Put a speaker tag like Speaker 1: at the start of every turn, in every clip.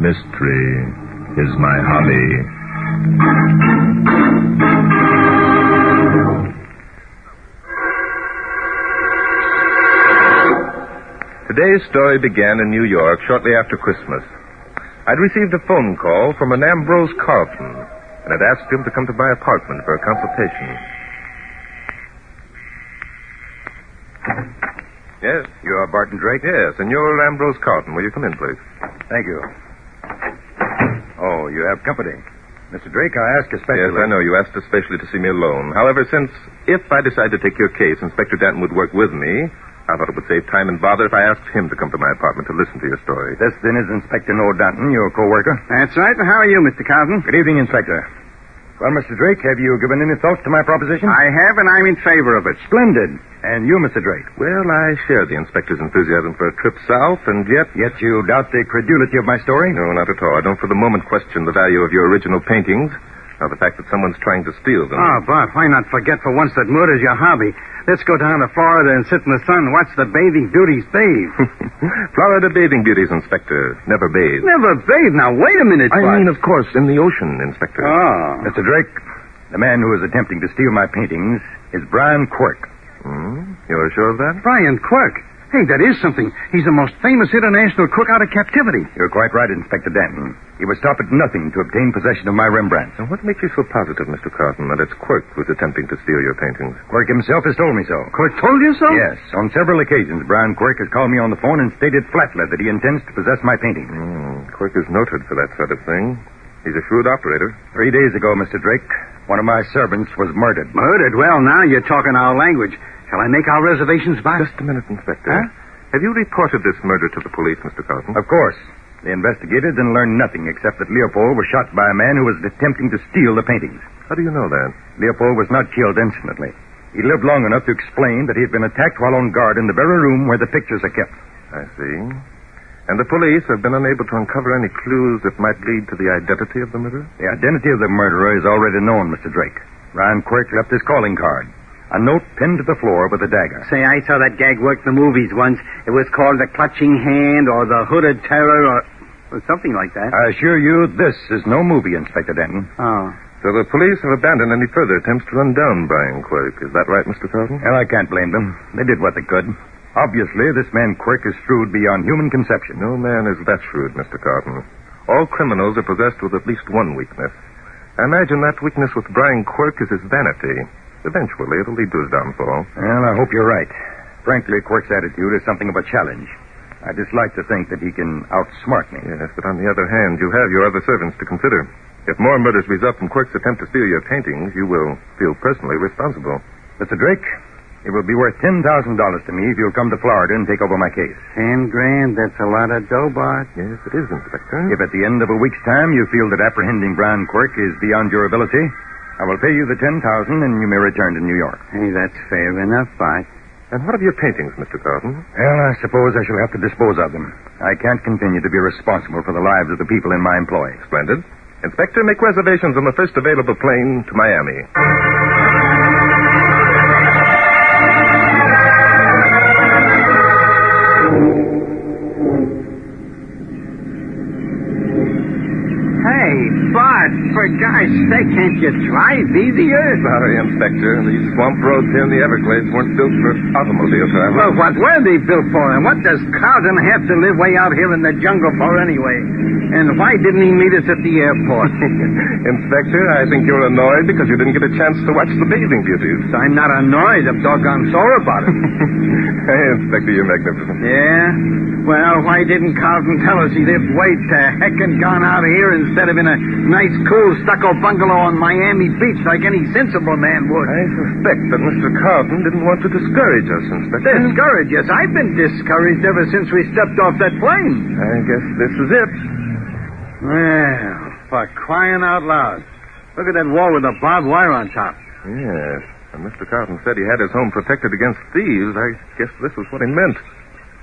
Speaker 1: mystery is my hobby. Today's story began in New York shortly after Christmas. I'd received a phone call from an Ambrose Carlton and had asked him to come to my apartment for a consultation. Yes,
Speaker 2: You are Barton Drake?
Speaker 1: yes, and you're Ambrose Carlton. Will you come in, please?
Speaker 2: Thank you. Oh, you have company. Mr. Drake, I ask especially.
Speaker 1: Yes, I know. You asked especially to see me alone. However, since if I decide to take your case, Inspector Danton would work with me, I thought it would save time and bother if I asked him to come to my apartment to listen to your story.
Speaker 2: This, then, is Inspector Noel Dunton, your co-worker.
Speaker 3: That's right. And how are you, Mr. Carlton?
Speaker 2: Good evening, Inspector. Well, Mr. Drake, have you given any thought to my proposition?
Speaker 3: I have, and I'm in favor of it.
Speaker 2: Splendid. And you, Mr. Drake?
Speaker 1: Well, I share the inspector's enthusiasm for a trip south, and yet.
Speaker 2: Yet you doubt the credulity of my story?
Speaker 1: No, not at all. I don't for the moment question the value of your original paintings, or the fact that someone's trying to steal them.
Speaker 3: Oh, but why not forget for once that murder's your hobby? Let's go down to Florida and sit in the sun and watch the bathing beauties bathe.
Speaker 1: Florida bathing beauties, Inspector. Never bathe.
Speaker 3: Never bathe. Now, wait a minute,
Speaker 1: I
Speaker 3: Bud.
Speaker 1: mean, of course, in the ocean, Inspector.
Speaker 3: Oh.
Speaker 2: Mr. Drake, the man who is attempting to steal my paintings is Brian Quirk.
Speaker 1: Hmm? You're sure of that?
Speaker 3: Brian Quirk. Hey, that is something. He's the most famous international cook out of captivity.
Speaker 2: You're quite right, Inspector Danton. He was stopped at nothing to obtain possession of my Rembrandt.
Speaker 1: Now, what makes you so positive, Mr. Carton, that it's Quirk who's attempting to steal your paintings?
Speaker 2: Quirk himself has told me so.
Speaker 3: Quirk told you so?
Speaker 2: Yes, on several occasions, Brian Quirk has called me on the phone and stated flatly that he intends to possess my paintings.
Speaker 1: Hmm. Quirk is noted for that sort of thing. He's a shrewd operator.
Speaker 2: Three days ago, Mr. Drake, one of my servants was murdered.
Speaker 3: Murdered? Well, now you're talking our language. Shall I make our reservations by...
Speaker 1: Just a minute, Inspector.
Speaker 3: Huh?
Speaker 1: Have you reported this murder to the police, Mr. Carton?
Speaker 2: Of course. They investigated and learned nothing except that Leopold was shot by a man who was attempting to steal the paintings.
Speaker 1: How do you know that?
Speaker 2: Leopold was not killed instantly. He lived long enough to explain that he had been attacked while on guard in the very room where the pictures are kept.
Speaker 1: I see. And the police have been unable to uncover any clues that might lead to the identity of the murderer?
Speaker 2: The identity of the murderer is already known, Mr. Drake. Ryan Quirk left his calling card. A note pinned to the floor with a dagger.
Speaker 3: Say, I saw that gag work in the movies once. It was called The Clutching Hand or The Hooded Terror or, or something like that.
Speaker 2: I assure you, this is no movie, Inspector Denton.
Speaker 3: Oh.
Speaker 1: So the police have abandoned any further attempts to run down Brian Quirk. Is that right, Mr. Carton?
Speaker 2: Well, I can't blame them. They did what they could. Obviously, this man Quirk is shrewd beyond human conception.
Speaker 1: No man is that shrewd, Mr. Carton. All criminals are possessed with at least one weakness. I imagine that weakness with Brian Quirk is his vanity. Eventually, it'll lead to his downfall.
Speaker 2: Well, I hope you're right. Frankly, Quirk's attitude is something of a challenge. I dislike to think that he can outsmart me.
Speaker 1: Yes, but on the other hand, you have your other servants to consider. If more murders result from Quirk's attempt to steal your paintings, you will feel personally responsible.
Speaker 2: Mr. Drake, it will be worth $10,000 to me if you'll come to Florida and take over my case.
Speaker 3: Ten grand, that's a lot of dough, Bart.
Speaker 1: Yes, it is, Inspector.
Speaker 2: If at the end of a week's time you feel that apprehending Brian Quirk is beyond your ability, I will pay you the 10000 and you may return to New York.
Speaker 3: Hey, that's fair enough, Bart.
Speaker 1: And what of your paintings, Mr. Carton?
Speaker 2: Well, I suppose I shall have to dispose of them. I can't continue to be responsible for the lives of the people in my employ.
Speaker 1: Splendid. Inspector, make reservations on the first available plane to Miami.
Speaker 3: Hey, Bart, for God's sake, can't you drive easier?
Speaker 1: Sorry, Inspector. These swamp roads here in the Everglades weren't built for automobile travel.
Speaker 3: Well, what were they built for, and what does Carlton have to live way out here in the jungle for anyway? And why didn't he meet us at the airport?
Speaker 1: Inspector, I think you're annoyed because you didn't get a chance to watch the bathing beauties.
Speaker 3: I'm not annoyed. I'm doggone sore about it.
Speaker 1: hey, Inspector, you're magnificent.
Speaker 3: Yeah? Well, why didn't Carlton tell us he'd have way to heck and gone out here instead of in a nice, cool stucco bungalow on Miami Beach like any sensible man would?
Speaker 1: I suspect that Mr. Carlton didn't want to discourage us, Inspector.
Speaker 3: Discouraged, yes. I've been discouraged ever since we stepped off that plane.
Speaker 1: I guess this is it.
Speaker 3: Well, for crying out loud. Look at that wall with the barbed wire on top.
Speaker 1: Yes. And Mr. Carlton said he had his home protected against thieves. I guess this was what he meant.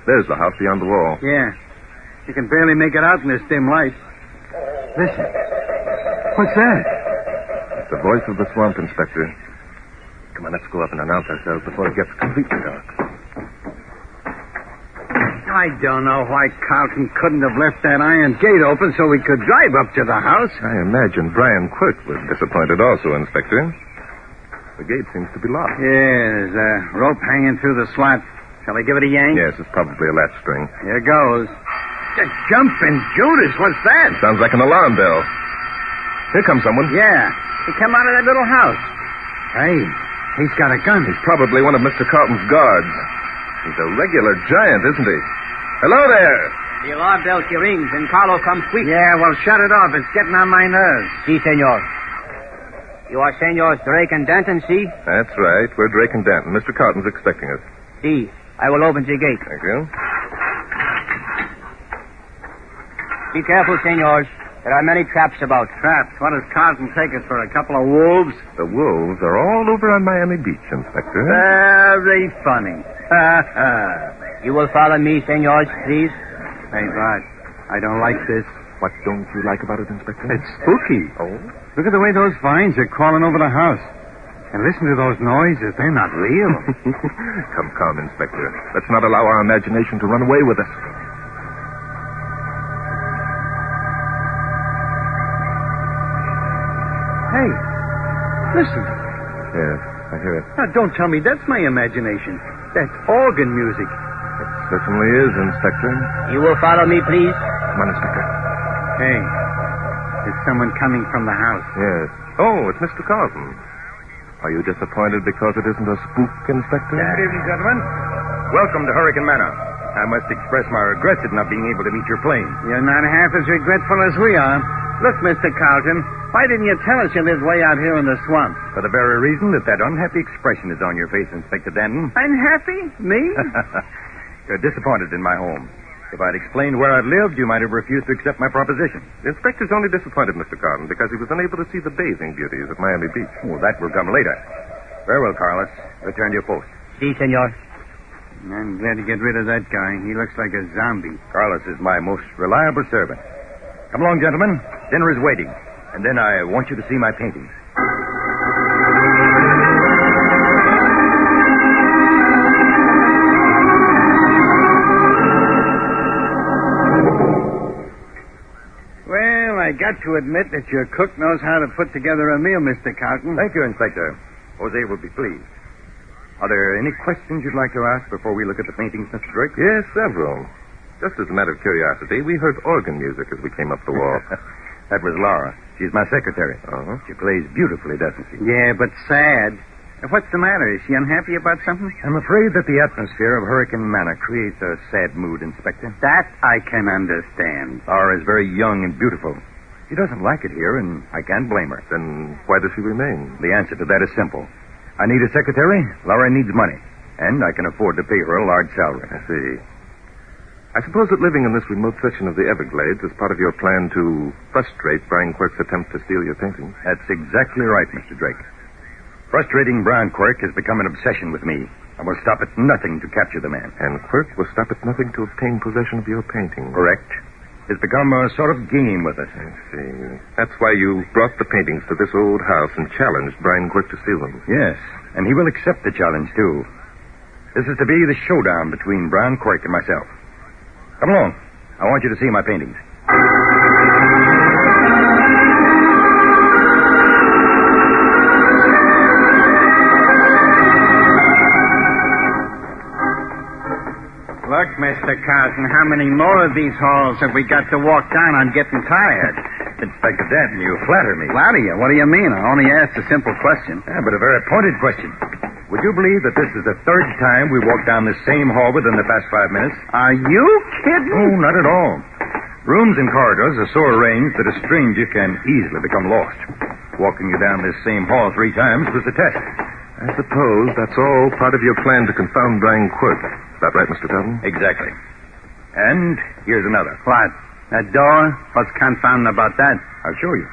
Speaker 1: There's the house beyond the wall.
Speaker 3: Yeah. You can barely make it out in this dim light. Listen. What's that?
Speaker 1: It's the voice of the swamp, Inspector. Come on, let's go up and announce ourselves before it gets completely dark.
Speaker 3: I don't know why Carlton couldn't have left that iron gate open so we could drive up to the house.
Speaker 1: I imagine Brian Quirk was disappointed also, Inspector. The gate seems to be locked.
Speaker 3: Yeah, there's a rope hanging through the slot. Shall I give it a yank?
Speaker 1: Yes, it's probably a latch string.
Speaker 3: Here goes. J- Jumping Judas, what's that?
Speaker 1: Sounds like an alarm bell. Here comes someone.
Speaker 3: Yeah, he came out of that little house. Hey, he's got a gun.
Speaker 1: He's probably one of Mr. Carlton's guards. He's a regular giant, isn't he? Hello there!
Speaker 4: The alarm bell she rings and Carlo comes quick.
Speaker 3: Yeah, well, shut it off. It's getting on my nerves.
Speaker 4: Si, senor. You are senors Drake and Danton, see?
Speaker 1: That's right. We're Drake and Danton. Mr. Carlton's expecting us.
Speaker 4: Si. I will open the gate.
Speaker 1: Thank you.
Speaker 4: Be careful, senors. There are many traps about.
Speaker 3: Traps. What does Carlton take us for? A couple of wolves?
Speaker 1: The wolves are all over on Miami Beach, Inspector.
Speaker 4: Hmm?
Speaker 3: Very funny.
Speaker 4: You will follow me, senors, please.
Speaker 3: Thank God. I don't like this.
Speaker 1: What don't you like about it, Inspector?
Speaker 3: It's spooky.
Speaker 1: Oh?
Speaker 3: Look at the way those vines are crawling over the house. And listen to those noises. They're not real.
Speaker 1: Come, come, Inspector. Let's not allow our imagination to run away with us.
Speaker 3: hey, listen.
Speaker 1: Yes, I hear it.
Speaker 3: Now, Ah, don't tell me that's my imagination. That's organ music.
Speaker 1: It certainly is, Inspector.
Speaker 4: You will follow me, please.
Speaker 1: Come on, Inspector.
Speaker 3: Hey, there's someone coming from the house.
Speaker 1: Yes. Oh, it's Mr. Carlton. Are you disappointed because it isn't a spook, Inspector?
Speaker 2: Good evening, gentlemen. Welcome to Hurricane Manor. I must express my regrets at not being able to meet your plane.
Speaker 3: You're not half as regretful as we are. Look, Mr. Carlton, why didn't you tell us you lived way out here in the swamp?
Speaker 2: For the very reason that that unhappy expression is on your face, Inspector Denton.
Speaker 3: Unhappy? Me?
Speaker 2: You're disappointed in my home. If I'd explained where I'd lived, you might have refused to accept my proposition.
Speaker 1: The inspector's only disappointed Mr. Carlton because he was unable to see the bathing beauties of Miami Beach.
Speaker 2: Well, Oh, that will come later. Very well, Carlos. Return to your post.
Speaker 4: Si, senor.
Speaker 3: I'm glad to get rid of that guy. He looks like a zombie.
Speaker 2: Carlos is my most reliable servant. Come along, gentlemen. Dinner is waiting. And then I want you to see my paintings.
Speaker 3: Well, I got to admit that your cook knows how to put together a meal, Mr. Carlton.
Speaker 2: Thank you, Inspector. Jose will be pleased. Are there any questions you'd like to ask before we look at the paintings, Mr. Drake?
Speaker 1: Yes, several. Just as a matter of curiosity, we heard organ music as we came up the wall.
Speaker 2: That was Laura. She's my secretary.
Speaker 1: uh-huh.
Speaker 2: She plays beautifully, doesn't she?
Speaker 3: Yeah, but sad. What's the matter? Is she unhappy about something?
Speaker 2: I'm afraid that the atmosphere of Hurricane Manor creates a sad mood, Inspector.
Speaker 3: That I can understand.
Speaker 2: Laura is very young and beautiful. She doesn't like it here, and I can't blame her.
Speaker 1: Then Hmm, why does she remain?
Speaker 2: The answer to that is simple. I need a secretary. Laura needs money. And I can afford to pay her a large salary.
Speaker 1: I see. I suppose that living in this remote section of the Everglades is part of your plan to frustrate Brian Quirk's attempt to steal your paintings.
Speaker 2: That's exactly right, Mr. Drake. Frustrating Brown Quirk has become an obsession with me. I will stop at nothing to capture the man.
Speaker 1: And Quirk will stop at nothing to obtain possession of your paintings.
Speaker 2: Correct. It's become a sort of game with us.
Speaker 1: I see. That's why you brought the paintings to this old house and challenged Brian Quirk to steal them.
Speaker 2: Yes, and he will accept the challenge, too. This is to be the showdown between Brown Quirk and myself. Come along. I want you to see my paintings.
Speaker 3: Look, Mr. Carlton, how many more of these halls have we got to walk down? I'm getting tired.
Speaker 2: Inspector Danton, you flatter me.
Speaker 3: Flatter you? What do you mean? I only asked a simple question.
Speaker 2: Yeah, but a very pointed question. Would you believe that this is the third time we walked down this same hall within the past five minutes?
Speaker 3: Are you kidding?
Speaker 2: Oh, not at all. Rooms and corridors are so arranged that a stranger can easily become lost. Walking you down this same hall three times was the test.
Speaker 1: I suppose that's all part of your plan to confound Brian Quirk. Is that right, Mr. Carlton?
Speaker 2: Exactly. And here's another.
Speaker 3: What? That door? What's confounding about that?
Speaker 2: I'll show you.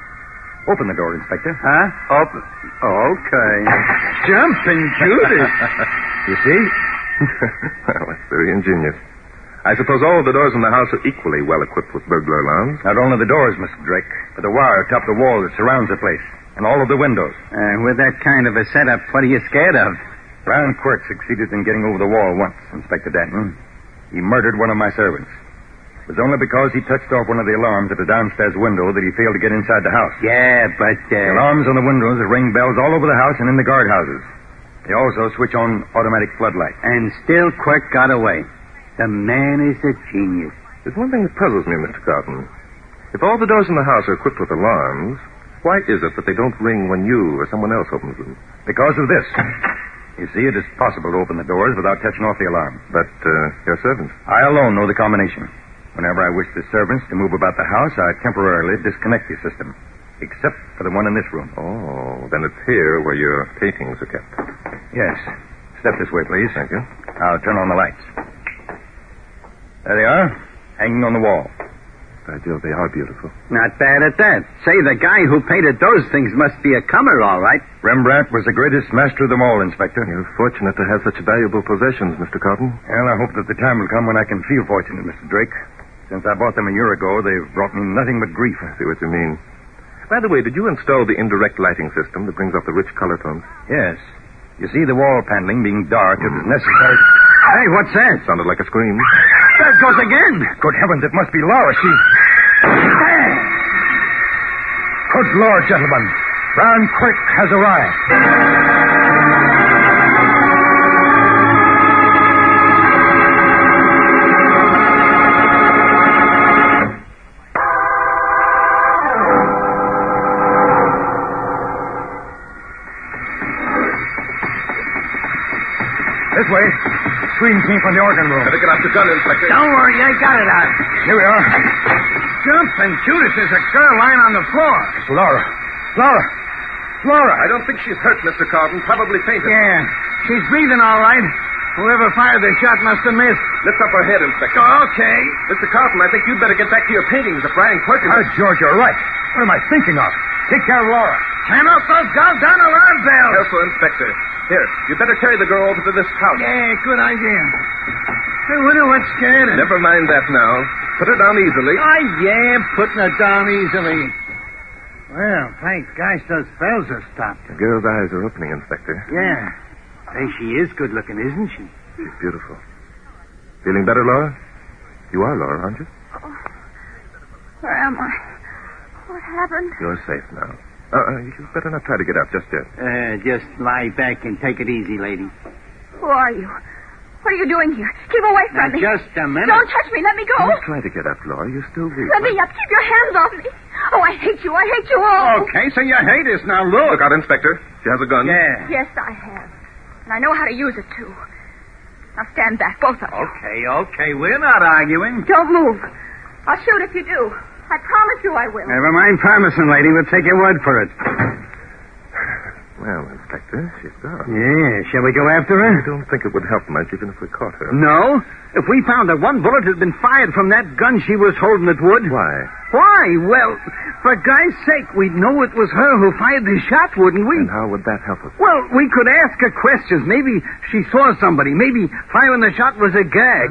Speaker 2: Open the door, Inspector.
Speaker 3: Huh? Open. Okay. Jumping Judas.
Speaker 2: You see?
Speaker 1: well, that's very ingenious. I suppose all of the doors in the house are equally well equipped with burglar alarms.
Speaker 2: Not only the doors, Mr. Drake, but the wire atop the wall that surrounds the place, and all of the windows.
Speaker 3: Uh, with that kind of a setup, what are you scared of?
Speaker 2: Brown Quirk succeeded in getting over the wall once, Inspector Danton. He murdered one of my servants. It was only because he touched off one of the alarms at the downstairs window that he failed to get inside the house.
Speaker 4: Yeah, but.
Speaker 2: The
Speaker 4: Uh,
Speaker 2: alarms on the windows ring bells all over the house and in the guardhouses. They also switch on automatic floodlights.
Speaker 4: and still Quirk got away. The man is a genius.
Speaker 1: There's one thing that puzzles me, Mr. Carlton. If all the doors in the house are equipped with alarms, why is it that they don't ring when you or someone else opens them?
Speaker 2: Because of this. You see, it is possible to open the doors without touching off the alarm.
Speaker 1: But uh, your servant.
Speaker 2: I alone know the combination. Whenever I wish the servants to move about the house, I temporarily disconnect the system. Except for the one in this room.
Speaker 1: Oh, then it's here where your paintings are kept.
Speaker 2: Yes. Step this way, please.
Speaker 1: Thank you.
Speaker 2: I'll turn on the lights. There they are, hanging on the wall.
Speaker 1: By Jove, they are beautiful.
Speaker 3: Not bad at that. Say, the guy who painted those things must be a comer, all right.
Speaker 2: Rembrandt was the greatest master of them all, Inspector.
Speaker 1: You're fortunate to have such valuable possessions, Mr. Carlton.
Speaker 2: Well, I hope that the time will come when I can feel fortunate, Mr. Drake. Since I bought them a year ago, they've brought me nothing but grief.
Speaker 1: I see what you mean. By the way, did you install the indirect lighting system that brings up the rich color tones?
Speaker 2: Yes. You see, the wall paneling being dark, it is necessary.
Speaker 3: Hey, what's that?
Speaker 1: Sounded like a scream.
Speaker 3: There it goes again.
Speaker 2: Good heavens, it must be Laura. She. Good Lord, gentlemen. Brown Quick has arrived. This way. Scream came from the organ room.
Speaker 1: Better get out the gun, Inspector.
Speaker 3: Don't worry, I got it out.
Speaker 2: Here we are.
Speaker 3: Jump and shoot us. There's a girl lying on the floor.
Speaker 2: Laura. Laura. Laura.
Speaker 1: I don't think she's hurt, Mr. Carlton. Probably fainted.
Speaker 3: Yeah, she's breathing all right. Whoever fired the shot must have missed.
Speaker 1: Lift up her head, Inspector.
Speaker 3: Okay.
Speaker 1: Mr. Carlton, I think you'd better get back to your paintings of Brian Quirk.
Speaker 2: Oh, George, you're right. What am I thinking of? Take care of Laura.
Speaker 3: Turn off those goddamn alarm bells.
Speaker 1: Careful, Inspector. Here, you'd better carry the girl over to this couch.
Speaker 3: Yeah, good idea. I wonder what scared her.
Speaker 1: Never mind that now. Put her down easily.
Speaker 3: Oh, yeah, putting it down easily. Well, thank gosh those bells have stopped.
Speaker 1: The girl's eyes are opening, Inspector.
Speaker 3: Yeah. Hey, she is good looking, isn't she?
Speaker 1: She's beautiful. Feeling better, Laura? You are, Laura, aren't you?
Speaker 5: Where am I? What happened?
Speaker 1: You're safe now. Uh, uh, you'd better not try to get up just yet.
Speaker 4: uh, just lie back and take it easy, lady.
Speaker 5: Who are you? What are you doing here? Keep away
Speaker 4: Now,
Speaker 5: from me.
Speaker 4: just a minute.
Speaker 5: Don't touch me. Let me
Speaker 3: Oh.
Speaker 5: go.
Speaker 1: Don't try to get up, Laura. You're still weak.
Speaker 5: Let me up. Keep your hands off me. Oh, I hate you. I hate you all.
Speaker 4: Oh.
Speaker 3: Okay, so you hate us now, look.
Speaker 1: Look out, Inspector. She has a gun.
Speaker 3: Yeah.
Speaker 5: Yes, I have. And I know how to use it, too. Now stand back, both of you.
Speaker 3: Okay, okay, we're not arguing.
Speaker 5: Don't move. I'll shoot if you do. I promise you I will.
Speaker 3: Never mind promising, lady. We'll take your word for it.
Speaker 1: Well, Inspector, she's gone.
Speaker 3: Yeah, shall we go after
Speaker 1: I
Speaker 3: her?
Speaker 1: don't think it would help much even if we caught her.
Speaker 3: No. If we found that one bullet had been fired from that gun she was holding, it would.
Speaker 1: Why?
Speaker 3: Why? Well, for Guy's sake, we'd know it was her who fired the shot, wouldn't we?
Speaker 1: And how would that help us?
Speaker 3: Well, we could ask her questions. Maybe she saw somebody. Maybe firing the shot was a gag.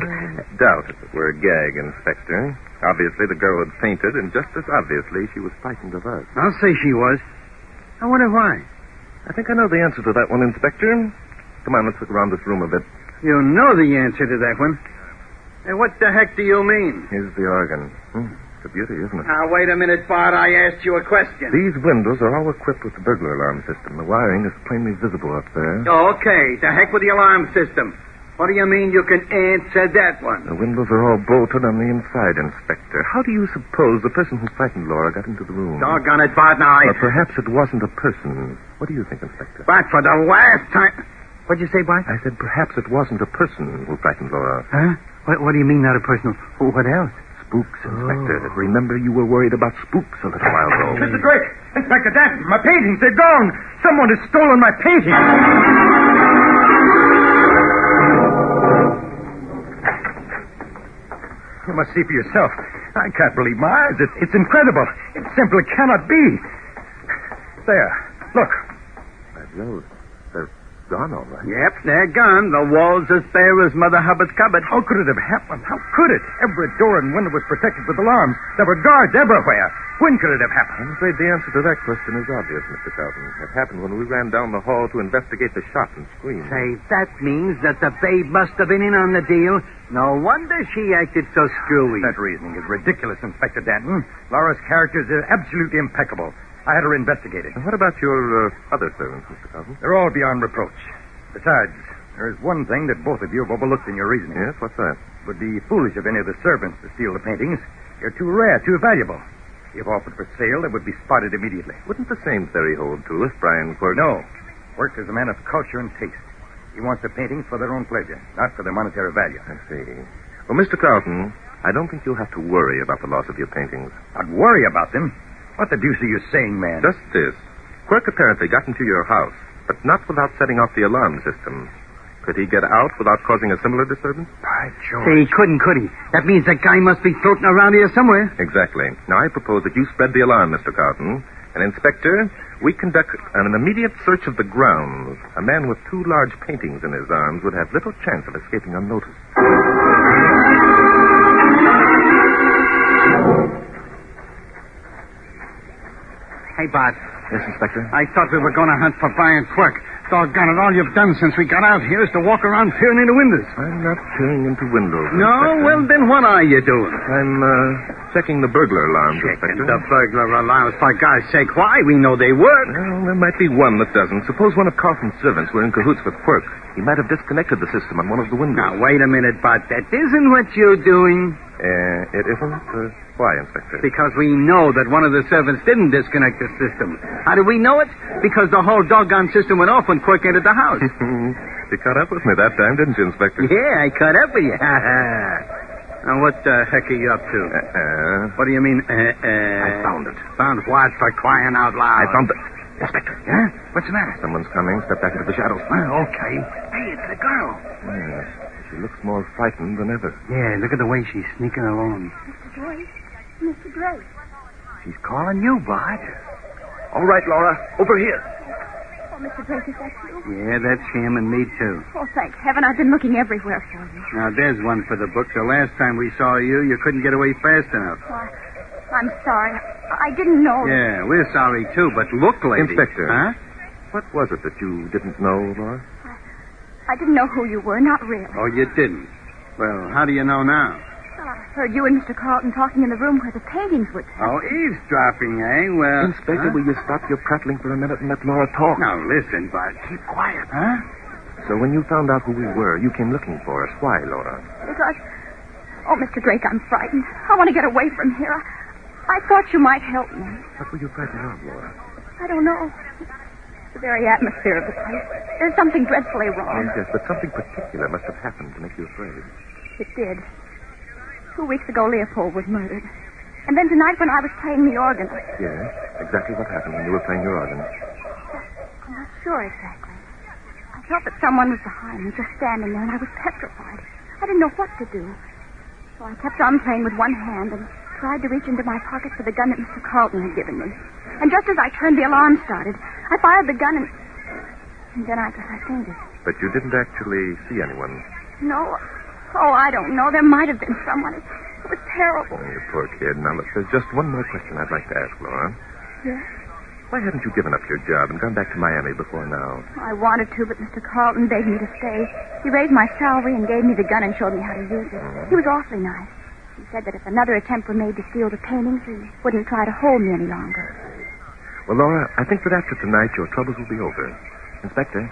Speaker 1: Doubt if it were a gag, Inspector. Obviously, the girl had fainted, and just as obviously, she was frightened of us.
Speaker 3: I'll say she was. I wonder why.
Speaker 1: I think I know the answer to that one, Inspector. Come on, let's look around this room a bit.
Speaker 3: You know the answer to that one. Hey, what the heck do you mean?
Speaker 1: Here's the organ. Hmm, it's a beauty, isn't it?
Speaker 3: Now, wait a minute, Bart. I asked you a question.
Speaker 1: These windows are all equipped with the burglar alarm system. The wiring is plainly visible up there.
Speaker 3: Oh, okay. The heck with the alarm system. What do you mean you can answer that one?
Speaker 1: The windows are all bolted on the inside, Inspector. How do you suppose the person who frightened Laura got into the room?
Speaker 3: Doggone it, Bart. Now, I...
Speaker 1: Or perhaps it wasn't a person. What do you think, Inspector?
Speaker 3: But for the last time. What'd you say, Bart?
Speaker 1: I said perhaps it wasn't a person who frightened Laura.
Speaker 3: Huh? What, what do you mean, not a personal? What else?
Speaker 1: Spooks, Inspector. Remember you were worried about spooks a little while ago.
Speaker 2: Mr. Drake, Inspector Danton, my paintings, they're gone. Someone has stolen my paintings. You must see for yourself. I can't believe my eyes. It, it's incredible. It simply cannot be. There. Look.
Speaker 1: By Jove, They're gone all right.
Speaker 3: Yep, they're gone. The walls as bare as Mother Hubbard's cupboard.
Speaker 2: How could it have happened? How could it? Every door and window was protected with alarms. There were guards everywhere. When could it have happened?
Speaker 1: I'm afraid the answer to that question is obvious, Mr. Carlton. It happened when we ran down the hall to investigate the shot and scream.
Speaker 4: Say, that means that the babe must have been in on the deal. No wonder she acted so screwy.
Speaker 2: That reasoning is ridiculous, Inspector Danton. Laura's character is absolutely impeccable. I had her investigated.
Speaker 1: And what about your uh, other servants, Mr. Carlton?
Speaker 2: They're all beyond reproach. Besides, there is one thing that both of you have overlooked in your reasoning.
Speaker 1: Yes, what's that?
Speaker 2: It would be foolish of any of the servants to steal the paintings. They're too rare, too valuable. If offered for sale, they would be spotted immediately.
Speaker 1: Wouldn't the same theory hold true if Brian Quirk...
Speaker 2: No. Quirk is a man of culture and taste. He wants the paintings for their own pleasure, not for their monetary value.
Speaker 1: I see. Well, Mr. Carlton, I don't think you'll have to worry about the loss of your paintings.
Speaker 2: Not worry about them. What the deuce are you saying, man?
Speaker 1: Just this. Quirk apparently got into your house, but not without setting off the alarm system. Could he get out without causing a similar disturbance?
Speaker 2: By George.
Speaker 4: Say, he couldn't, could he? That means the guy must be floating around here somewhere.
Speaker 1: Exactly. Now, I propose that you spread the alarm, Mr. Carlton. And, Inspector, we conduct an immediate search of the grounds. A man with two large paintings in his arms would have little chance of escaping unnoticed.
Speaker 3: Hey, Bart.
Speaker 1: Yes, Inspector?
Speaker 3: I thought we were going to hunt for Brian Quirk. Doggone it, all you've done since we got out here is to walk around peering into windows.
Speaker 1: I'm not peering into windows.
Speaker 3: No?
Speaker 1: Inspector.
Speaker 3: Well, then what are you doing?
Speaker 1: I'm uh, checking the burglar alarms,
Speaker 3: Checking
Speaker 1: Inspector.
Speaker 3: the burglar alarms. For God's sake, why? We know they work.
Speaker 1: Well, there might be one that doesn't. Suppose one of Carlton's servants were in cahoots with Quirk. He might have disconnected the system on one of the windows.
Speaker 3: Now, wait a minute, Bart. That isn't what you're doing.
Speaker 1: Uh, it isn't? Uh, why, Inspector?
Speaker 3: Because we know that one of the servants didn't disconnect the system. How do we know it? Because the whole doggone system went off when Quirk entered the house.
Speaker 1: you caught up with me that time, didn't you, Inspector?
Speaker 3: yeah, I caught up with you. now, what the heck are you up to?
Speaker 1: Uh,
Speaker 3: What do you mean, uh, uh...
Speaker 1: I found it.
Speaker 3: Found what for crying out
Speaker 1: I
Speaker 3: loud?
Speaker 1: found the... Inspector.
Speaker 3: Huh? What's the matter?
Speaker 1: Someone's coming. Step back into the shadows.
Speaker 3: Well, okay. Hey, it's the girl.
Speaker 1: Oh, Yes. She looks more frightened than ever.
Speaker 3: Yeah, look at the way she's sneaking along.
Speaker 5: Mr. Drake? Mr. Drake?
Speaker 3: She's calling you, Bart.
Speaker 2: All right, Laura. Over here.
Speaker 5: Oh, Mr. Drake, is that you?
Speaker 3: Yeah, that's him and me, too.
Speaker 5: Oh, thank heaven. I've been looking everywhere for you.
Speaker 3: Now, there's one for the book. The last time we saw you, you couldn't get away fast enough.
Speaker 5: Why, I'm sorry. I didn't know.
Speaker 3: Yeah, we're sorry, too, but look, lady.
Speaker 1: Inspector.
Speaker 3: Huh?
Speaker 1: What was it that you didn't know, Laura?
Speaker 5: I didn't know who you were, not really.
Speaker 3: Oh, you didn't. Well, how do you know now?
Speaker 5: Well, I heard you and Mr. Carlton talking in the room where the paintings were.
Speaker 3: Oh, eavesdropping, eh? Well.
Speaker 1: Inspector,
Speaker 3: huh?
Speaker 1: will you stop your prattling for a minute and let Laura talk?
Speaker 3: Now, listen, Bart. Keep quiet. Huh?
Speaker 1: So when you found out who we were, you came looking for us. Why, Laura?
Speaker 5: Because, oh, Mr. Drake, I'm frightened. I want to get away from here. I, I thought you might help me.
Speaker 1: What were you frightened of, Laura?
Speaker 5: I don't know. The very atmosphere of the place. There's something dreadfully wrong.
Speaker 1: Yes, yes, but something particular must have happened to make you afraid.
Speaker 5: It did. Two weeks ago, Leopold was murdered. And then tonight, when I was playing the organ, I-
Speaker 1: Yes, exactly what happened when you were playing your organ.
Speaker 5: I'm not sure exactly. I felt that someone was behind me, just standing there, and I was petrified. I didn't know what to do. So I kept on playing with one hand and tried to reach into my pocket for the gun that Mr. Carlton had given me. And just as I turned, the alarm started. I fired the gun and. And then I guess I fainted.
Speaker 1: But you didn't actually see anyone.
Speaker 5: No. Oh, I don't know. There might have been someone. It, it was terrible.
Speaker 1: Oh, you poor kid. Now, look, there's just one more question I'd like to ask, Laura.
Speaker 5: Yes?
Speaker 1: Why haven't you given up your job and gone back to Miami before now?
Speaker 5: I wanted to, but Mr. Carlton begged me to stay. He raised my salary and gave me the gun and showed me how to use it. He was awfully nice. He said that if another attempt were made to steal the paintings, he wouldn't try to hold me any longer.
Speaker 1: Well, Laura, I think that after tonight, your troubles will be over. Inspector?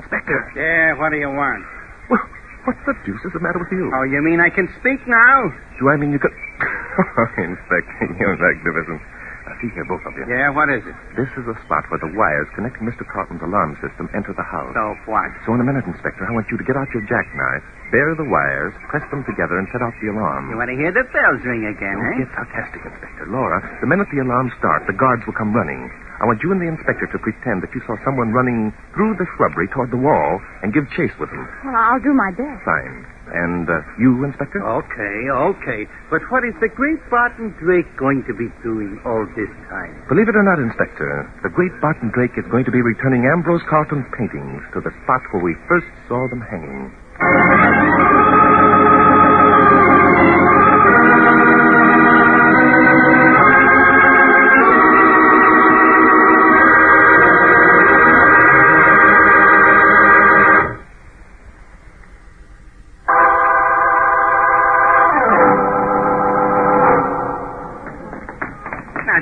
Speaker 1: Inspector?
Speaker 3: Yeah, what do you want?
Speaker 1: Well, what the deuce is the matter with you?
Speaker 3: Oh, you mean I can speak now?
Speaker 1: Do I mean you could... Inspector, you're magnificent. Now, see here, both of you.
Speaker 3: Yeah, what is it?
Speaker 1: This is the spot where the wires connecting Mr. Carlton's alarm system enter the house.
Speaker 3: So what?
Speaker 1: So in a minute, Inspector, I want you to get out your jackknife, bare the wires, press them together, and set off the alarm.
Speaker 3: You want to hear the bells ring again,
Speaker 1: Don't
Speaker 3: eh?
Speaker 1: get sarcastic, Inspector. Laura, the minute the alarms start, the guards will come running. I want you and the inspector to pretend that you saw someone running through the shrubbery toward the wall and give chase with them.
Speaker 5: Well, I'll do my best.
Speaker 1: Fine. And uh, you, Inspector?
Speaker 3: Okay, okay. But what is the great Barton Drake going to be doing all this time?
Speaker 1: Believe it or not, Inspector, the great Barton Drake is going to be returning Ambrose Carlton's paintings to the spot where we first saw them hanging.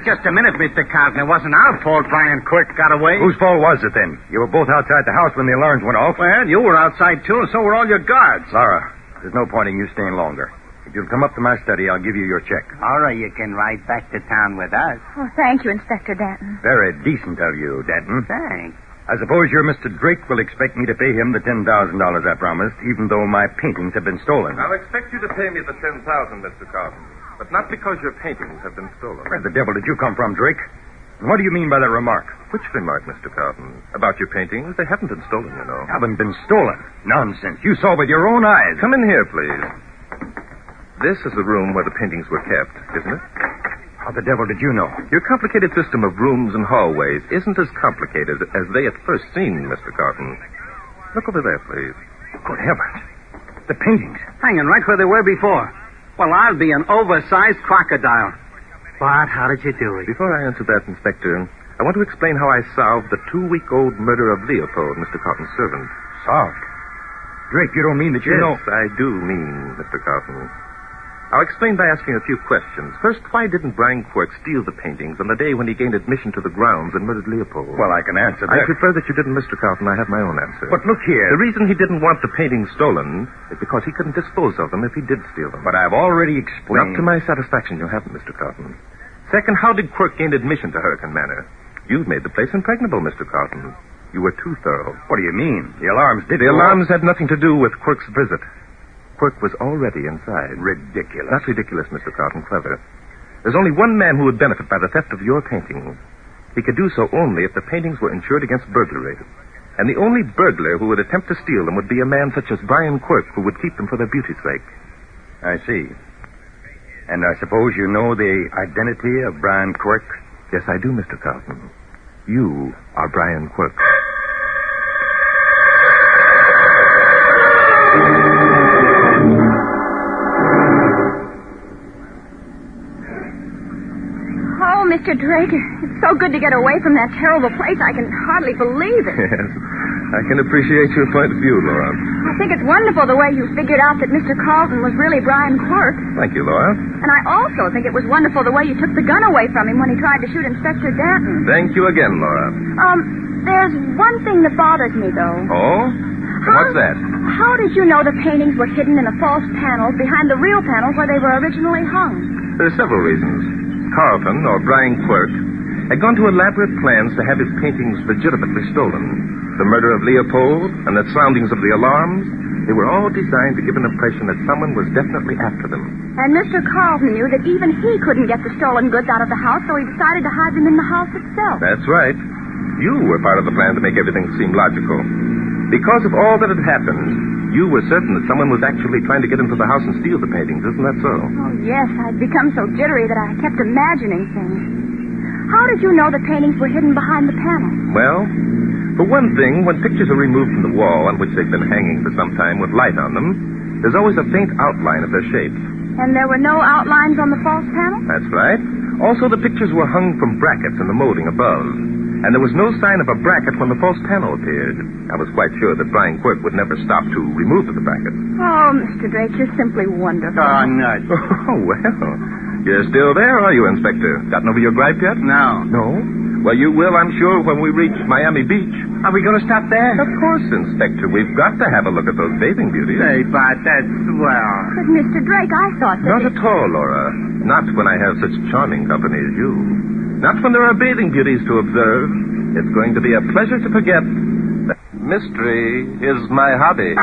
Speaker 4: just a minute, Mr. Carlton. It wasn't our fault Brian Quirk got away.
Speaker 2: Whose fault was it then? You were both outside the house when the alarms went off.
Speaker 4: Well, you were outside, too, and so were all your guards.
Speaker 2: Laura, there's no point in you staying longer. If you'll come up to my study, I'll give you your check.
Speaker 6: All right, you can ride back to town with us.
Speaker 5: Oh, thank you, Inspector Danton.
Speaker 2: Very decent of you, Denton.
Speaker 6: Thanks.
Speaker 2: I suppose your Mr. Drake will expect me to pay him the $10,000 I promised, even though my paintings have been stolen.
Speaker 1: I'll expect you to pay me the 10000 Mr. Carlton, but not because your paintings have been stolen.
Speaker 2: Where the devil did you come from, Drake? And What do you mean by that remark?
Speaker 1: Which remark, Mr. Carlton? About your paintings? They haven't been stolen, you know.
Speaker 2: Haven't been stolen. Nonsense. You saw with your own eyes.
Speaker 1: Come in here, please. This is the room where the paintings were kept, isn't it?
Speaker 2: How the devil did you know?
Speaker 1: Your complicated system of rooms and hallways isn't as complicated as they at first seem, Mr. Carton. Look over there, please.
Speaker 2: Good heavens. The paintings.
Speaker 4: Hanging right where they were before. Well, I'll be an oversized crocodile. Bart, how did you do it?
Speaker 1: Before I answer that, Inspector, I want to explain how I solved the two week old murder of Leopold, Mr. Carton's servant.
Speaker 2: Solved. Drake, you don't mean that you
Speaker 1: yes,
Speaker 2: know.
Speaker 1: I do mean, Mr. Carton. I'll explain by asking a few questions. First, why didn't Brian Quirk steal the paintings on the day when he gained admission to the grounds and murdered Leopold?
Speaker 2: Well, I can answer
Speaker 1: I
Speaker 2: that.
Speaker 1: prefer that you didn't, Mr. Carlton. I have my own answer.
Speaker 2: But look here.
Speaker 1: The reason he didn't want the paintings stolen is because he couldn't dispose of them if he did steal them.
Speaker 2: But I've already
Speaker 1: not
Speaker 2: explained.
Speaker 1: to my satisfaction, you haven't, Mr. Carlton. Second, how did Quirk gain admission to Hurricane Manor? You've made the place impregnable, Mr. Carlton. You were too thorough.
Speaker 2: What do you mean? The alarms did
Speaker 1: The
Speaker 2: go
Speaker 1: alarms had nothing to do with Quirk's visit. Quirk was already inside.
Speaker 2: off. Ridiculous.
Speaker 1: That's ridiculous, Mr. Carlton. Clever. There's only one man who would benefit by the theft of your paintings. He could do so only if the paintings were insured against burglary. And the only burglar who would attempt to steal them would be a man such as Brian Quirk, who would keep them for their beauty's sake.
Speaker 2: I see. And I suppose you know the identity of Brian Quirk?
Speaker 1: Yes, I do, Mr. Carlton. You are Brian Quirk.
Speaker 5: Oh, Mr. Drake, it's so good to get away from that terrible place. I can hardly believe it.
Speaker 1: Yes. I can appreciate your point of view, Laura.
Speaker 5: I think it's wonderful the way you figured out that Mr. Carlton was really Brian Quirk.
Speaker 1: Thank you, Laura.
Speaker 5: And I also think it was wonderful the way you took the gun away from him when he tried to shoot Inspector Danton.
Speaker 1: Thank you again, Laura.
Speaker 5: Um, there's one thing that bothers me, though.
Speaker 1: Oh?
Speaker 5: How-
Speaker 1: What's that?
Speaker 5: How did you know the paintings were hidden in a false panel behind the real panel where they were originally hung?
Speaker 1: There are several reasons. Carlton, or Brian Quirk, had gone to elaborate plans to have his paintings legitimately stolen. The murder of Leopold and the soundings of the alarms, they were all designed to give an impression that someone was definitely after them.
Speaker 5: And Mr. Carlton knew that even he couldn't get the stolen goods out of the house, so he decided to hide them in the house itself.
Speaker 1: That's right. You were part of the plan to make everything seem logical. Because of all that had happened, you were certain that someone was actually trying to get into the house and steal the paintings. Isn't that so?
Speaker 5: Oh, yes, I'd become so jittery that I kept imagining things. How did you know the paintings were hidden behind the panel?
Speaker 1: Well, for one thing, when pictures are removed from the wall on which they've been hanging for some time with light on them, there's always a faint outline of their shape.
Speaker 5: And there were no outlines on the false panel?
Speaker 1: That's right. Also, the pictures were hung from brackets in the molding above. And there was no sign of a bracket when the false panel appeared. I was quite sure that Brian Quirk would never stop to remove the brackets.
Speaker 5: Oh, Mr. Drake, you're simply wonderful.
Speaker 1: Uh,
Speaker 6: Oh, nuts.
Speaker 1: Oh, well. You're still there, are you, Inspector? Gotten over your gripe yet?
Speaker 4: No.
Speaker 1: No. Well, you will, I'm sure, when we reach Miami Beach.
Speaker 4: Are we going to stop
Speaker 1: Of
Speaker 4: there?
Speaker 1: course, Inspector. We've got to have a look at those bathing beauties.
Speaker 6: Say, Bart, that's swell.
Speaker 5: But, Mr. Drake, I thought that.
Speaker 1: Not at all, Laura. Not when I have such charming company as you. Not when there are bathing beauties to observe. It's going to be a pleasure to forget that mystery is my hobby.